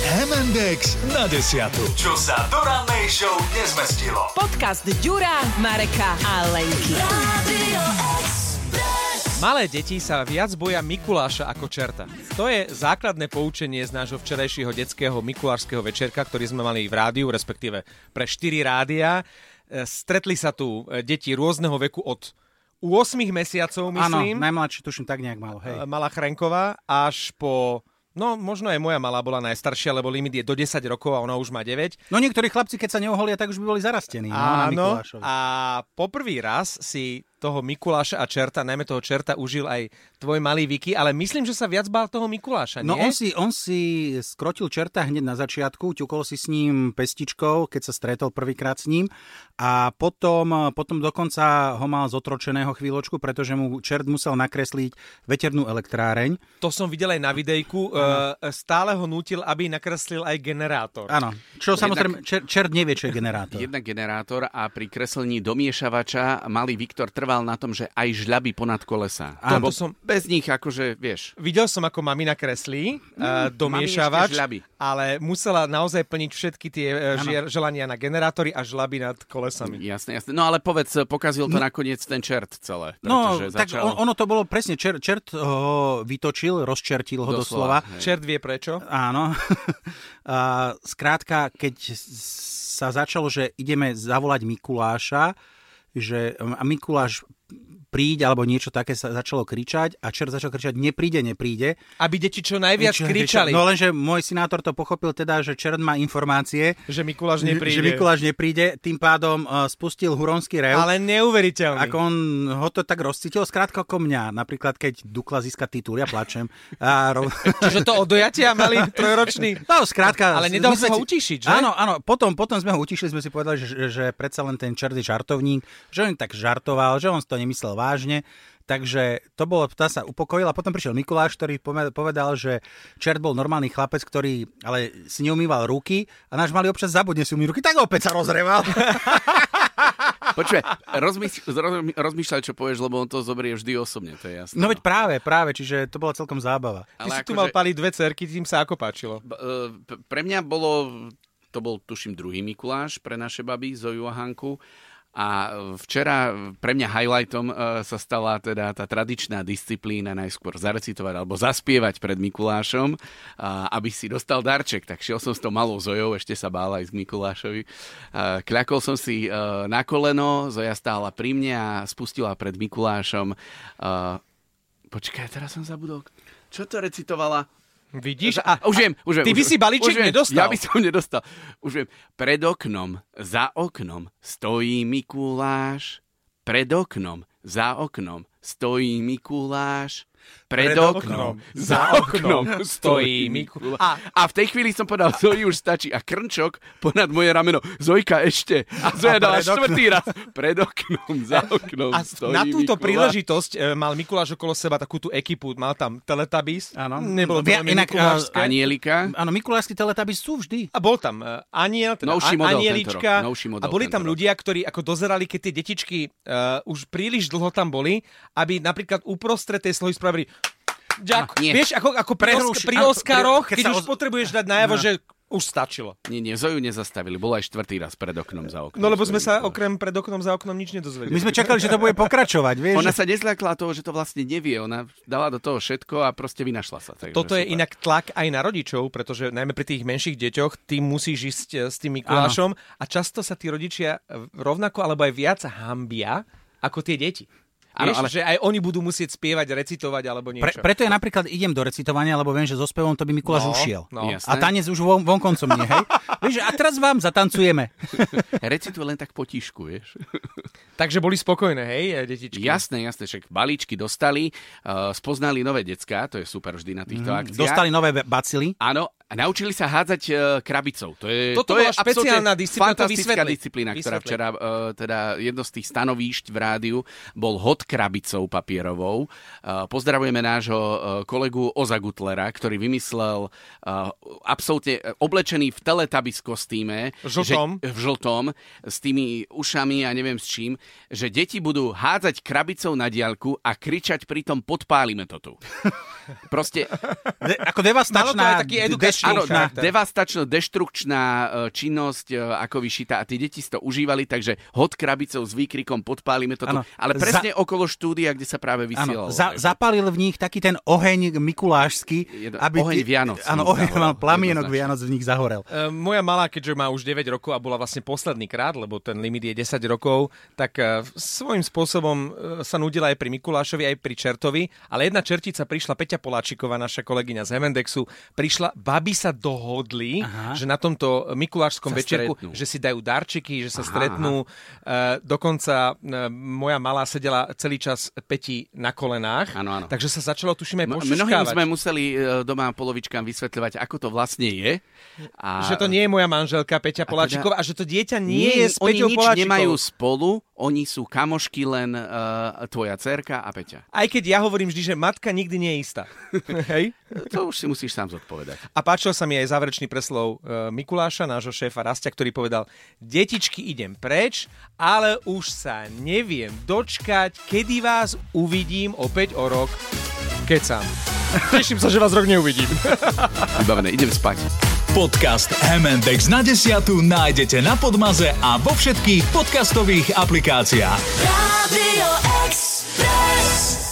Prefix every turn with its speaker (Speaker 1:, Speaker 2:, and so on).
Speaker 1: Comendex na desiatu.
Speaker 2: Čo sa do rannej show nezmestilo.
Speaker 3: Podcast Ďura, Mareka a Lenky.
Speaker 4: Malé deti sa viac boja Mikuláša ako čerta. To je základné poučenie z nášho včerajšieho detského mikulášskeho večerka, ktorý sme mali v rádiu, respektíve pre 4 rádia. E, Stretli sa tu e, deti rôzneho veku od 8 mesiacov, myslím,
Speaker 5: Áno, najmladší tuším tak nejak malo,
Speaker 4: e,
Speaker 5: hej.
Speaker 4: malá Chrenková, až po... No, možno aj moja malá bola najstaršia, lebo limit je do 10 rokov a ona už má 9.
Speaker 5: No niektorí chlapci, keď sa neoholia, tak už by boli zarastení. no, na Mikulášovi.
Speaker 4: a poprvý raz si toho Mikuláša a čerta, najmä toho čerta, užil aj tvoj malý Viki, ale myslím, že sa viac bál toho Mikuláša,
Speaker 5: No
Speaker 4: nie?
Speaker 5: on si, on si skrotil čerta hneď na začiatku, ťukol si s ním pestičkou, keď sa stretol prvýkrát s ním a potom, potom dokonca ho mal zotročeného chvíľočku, pretože mu čert musel nakresliť veternú elektráreň.
Speaker 4: To som videl aj na videjku, uh, stále ho nútil, aby nakreslil aj generátor.
Speaker 5: Áno, čo samozrejme, čer, čert nevie, čo je generátor.
Speaker 6: Jednak generátor a pri kreslení domiešavača malý Viktor trval na tom, že aj žľaby ponad kolesa.
Speaker 4: Áno,
Speaker 6: Lebo
Speaker 4: to som-
Speaker 6: Bez nich akože, vieš,
Speaker 4: Videl som, ako mami
Speaker 5: Mm,
Speaker 4: nakreslí uh,
Speaker 6: mami
Speaker 4: domiešavač,
Speaker 6: ešte žľaby.
Speaker 4: ale musela naozaj plniť všetky tie uh, žier, želania na generátory a žlaby nad kolesami.
Speaker 6: jasné, jasné. No ale povedz, pokazil to nakoniec ten čert celé.
Speaker 5: No,
Speaker 6: pretože
Speaker 5: tak
Speaker 6: začal...
Speaker 5: on, ono to bolo presne, čert, čert ho vytočil, rozčertil ho doslova, doslova
Speaker 6: Doslova,
Speaker 4: Čert vie prečo.
Speaker 5: Áno. A Skrátka, keď sa začalo, že ideme zavolať Mikuláša, že a Mikuláš príď alebo niečo také sa začalo kričať a čert začal kričať nepríde, nepríde.
Speaker 4: Aby deti čo najviac
Speaker 5: Čo-
Speaker 4: kričali,
Speaker 5: No lenže môj sinátor to pochopil teda, že čert má informácie,
Speaker 4: že Mikuláš nepríde.
Speaker 5: že Mikuláš nepríde, tým pádom eh, spustil huronský rev.
Speaker 4: Ale neuveriteľný.
Speaker 5: Ako on ho to tak rozcítil, skrátka ako mňa. Napríklad, keď Dukla získa titul, ja plačem. A rov...
Speaker 4: Čiže to od dojatia mali trojročný.
Speaker 5: No, skrátka.
Speaker 4: Ale nedal
Speaker 5: my
Speaker 4: sa
Speaker 5: sme
Speaker 4: ho
Speaker 5: si-
Speaker 4: utišiť, že?
Speaker 5: Áno, áno. Potom, potom sme ho utišili, sme si povedali, že, že- že predsa len ten černý žartovník, že on tak žartoval, že on si to nemyslel vážne. Takže to bolo, tá sa upokojila. Potom prišiel Mikuláš, ktorý pome- povedal, že čert bol normálny chlapec, ktorý ale si neumýval ruky a náš malý občas zabudne si umýť ruky, tak opäť sa rozreval.
Speaker 6: Počuaj, rozmýš- rozmý- rozmýšľaj, čo povieš, lebo on to zoberie vždy osobne, to je jasné.
Speaker 5: No veď práve, práve, čiže to bola celkom zábava.
Speaker 4: Ty si
Speaker 6: akože
Speaker 4: tu mal pali dve cerky, tým sa ako páčilo.
Speaker 6: B- e, p- pre mňa bolo, to bol tuším druhý Mikuláš pre naše baby, Zoju a Hanku. A e, včera e, pre mňa highlightom e, sa stala teda tá tradičná disciplína najskôr zarecitovať alebo zaspievať pred Mikulášom, a, aby si dostal darček. Tak šiel som s tou malou Zojou, ešte sa bála aj z Mikulášovi. E, Kľakol som si e, na koleno, Zoja stála pri mne a spustila pred Mikulášom. e, Počkaj, teraz som zabudol. Čo to recitovala?
Speaker 4: Vidíš?
Speaker 6: A, už viem, už viem.
Speaker 4: Ty
Speaker 6: už
Speaker 4: by
Speaker 6: viem.
Speaker 4: si balíček
Speaker 6: Už viem.
Speaker 4: nedostal.
Speaker 6: Ja by som nedostal. Už viem. Pred oknom, za oknom stojí Mikuláš. Pred oknom, za oknom stojí Mikuláš.
Speaker 4: Pred
Speaker 6: Pred,
Speaker 4: oknom,
Speaker 6: oknom, za oknom stojí Mikuláš. A, a v tej chvíli som povedal, Zoji už stačí. A krnčok ponad moje rameno. Zojka ešte. A Zoja
Speaker 5: pred
Speaker 6: dala
Speaker 5: oknom.
Speaker 6: štvrtý raz. Pred oknom, za oknom
Speaker 4: A
Speaker 6: stojí
Speaker 4: na túto
Speaker 6: Mikuláš.
Speaker 4: príležitosť e, mal Mikuláš okolo seba takú tú ekipu, mal tam Teletubbies,
Speaker 5: Áno.
Speaker 4: nebolo to
Speaker 5: Ja-
Speaker 4: veľmi
Speaker 5: inak,
Speaker 4: Mikulášské.
Speaker 6: Anielika.
Speaker 5: Áno, Mikulášsky teletaby sú vždy.
Speaker 4: A bol tam uh, aniel, teda a,
Speaker 6: Novší model
Speaker 4: anielička
Speaker 6: tento rok, novší model
Speaker 4: a boli tam
Speaker 6: tento rok.
Speaker 4: ľudia, ktorí ako dozerali, keď tie detičky uh, už príliš dlho tam boli, aby napríklad uprostred tej slohy spravili Ďakujem.
Speaker 6: nie.
Speaker 4: Vieš, ako, ako pri,
Speaker 5: Preruš,
Speaker 4: Osk- pri
Speaker 5: áno, pri-
Speaker 4: Oscaroch,
Speaker 5: keď
Speaker 4: keď, keď
Speaker 5: sa
Speaker 4: už
Speaker 5: oz-
Speaker 4: potrebuješ dať najavo,
Speaker 6: No.
Speaker 4: že už stačilo.
Speaker 6: Nie, nie, Zoju nezastavili. Bola aj štvrtý raz pred oknom za oknom.
Speaker 4: No lebo sme
Speaker 6: Zoji
Speaker 4: sa
Speaker 6: Mikuláš.
Speaker 4: okrem pred oknom za oknom nič nedozvedeli.
Speaker 5: My sme čakali, že to bude pokračovať, vieš.
Speaker 6: Ona sa nezľakla toho, že to vlastne nevie. Ona dala do toho všetko a proste vynašla sa. Takže
Speaker 4: Toto je
Speaker 6: super.
Speaker 4: inak tlak aj na rodičov, pretože najmä pri tých menších deťoch ty musíš ísť e, s tým Mikulášom a často sa tí rodičia e, rovnako alebo aj viac hambia ako tie deti. Áno,
Speaker 6: Áno,
Speaker 4: ale...
Speaker 6: ale-
Speaker 4: že aj oni budú musieť spievať, recitovať alebo
Speaker 5: Pre,
Speaker 4: niečo.
Speaker 5: preto ja napríklad idem do recitovania, lebo viem, že so spevom to by Mikuláš
Speaker 4: No,
Speaker 5: ušiel.
Speaker 4: no.
Speaker 6: Jasné.
Speaker 5: A tanec už von, vonkoncom nie, hej? Vieš, a teraz vám zatancujeme.
Speaker 6: Recituje len tak potišku, vieš.
Speaker 4: Takže boli spokojné, hej, e, detičky?
Speaker 6: jasné, jasné, však balíčky dostali, uh, spoznali nové decká, to je super vždy na
Speaker 4: Mhm.
Speaker 6: týchto mm, akciách.
Speaker 5: Dostali nové be- bacily.
Speaker 6: Áno, a naučili sa hádzať uh, krabicou. To je,
Speaker 4: Toto
Speaker 6: to je
Speaker 4: bola špeciálna
Speaker 6: absolútne
Speaker 4: disciplína, to
Speaker 6: fantastická
Speaker 4: vysvetli.
Speaker 6: disciplína, ktorá
Speaker 4: Vysvetli.
Speaker 6: včera, uh, teda jedno z tých stanovíšť v rádiu, bol hod krabicou papierovou. Uh, pozdravujeme nášho uh, kolegu Oza Gutlera, ktorý vymyslel uh, absolútne uh, oblečený v teletabis kostýme.
Speaker 4: Žltom.
Speaker 6: e, Že, v žltom, s tými ušami a neviem s čím, že deti budú hádzať krabicou na diaľku a kričať pritom podpálime to tu. Proste
Speaker 5: De, ako
Speaker 4: Malo to aj
Speaker 5: devastačná
Speaker 4: taký
Speaker 5: de-
Speaker 4: edukačný
Speaker 5: devastačný
Speaker 6: Áno,
Speaker 5: charakter.
Speaker 6: devastačno-deštrukčná e, činnosť e, ako vyšita a tie deti si to užívali, takže hod krabicou s výkrikom podpálime toto.
Speaker 5: Áno.
Speaker 6: Ano, ale
Speaker 5: Za-
Speaker 6: presne okolo štúdia, kde sa práve vysielalo.
Speaker 5: Áno, za, zapalil v nich taký ten oheň mikulášsky,
Speaker 6: Jedno-
Speaker 5: aby...
Speaker 6: oheň
Speaker 5: tie-
Speaker 6: Vianoc
Speaker 5: Áno,
Speaker 6: v nich
Speaker 5: oheň
Speaker 6: zahorel,
Speaker 5: mal plamienok
Speaker 6: jednoznačne.
Speaker 5: Vianoc v nich zahorel.
Speaker 4: E, Moja malá, keďže má už 9 rokov a bola vlastne posledný krát, lebo ten limit je 10 rokov, tak e, svojím spôsobom e, sa nudila aj pri Mikulášovi, aj pri Čertovi, ale jedna čertica prišla, Peťa Poláčiková, naša kolegyňa z Hemendexu, prišla, baby sa dohodli, Aha. že na tomto Mikulášskom
Speaker 6: Sa
Speaker 4: večerku,
Speaker 6: stretnú.
Speaker 4: že si dajú darčeky, že sa stretnú. E, dokonca e, moja malá sedela celý čas Peti na kolenách,
Speaker 6: Áno, áno.
Speaker 4: takže sa začalo, tuším, aj
Speaker 6: M- Mnohým
Speaker 4: pošuškávať.
Speaker 6: sme museli e, doma polovičkám vysvetľovať, ako to vlastne je. A teda
Speaker 4: že to nie je moja manželka Peťa Poláčiková a že to dieťa nie, je s
Speaker 6: oni
Speaker 4: Peťou
Speaker 6: nič
Speaker 4: Poláčikovou.
Speaker 6: nemajú spolu, oni sú kamošky len uh, tvoja cerka a Peťa.
Speaker 4: Aj keď ja hovorím vždy, že matka nikdy nie je istá. Hej?
Speaker 6: E, To už si musíš sám zodpovedať.
Speaker 4: A páčil sa mi aj záverečný preslov e, Mikuláša, nášho šéfa Rastia, ktorý povedal, detičky idem preč, ale už sa neviem dočkať, kedy vás uvidím opäť o rok. Kecam. Teším sa, že vás rok neuvidím.
Speaker 6: Vybavené, idem spať.
Speaker 1: Podcast MNDX na desiatu nájdete na Podmaze a vo všetkých podcastových aplikáciách.
Speaker 7: Radio Express.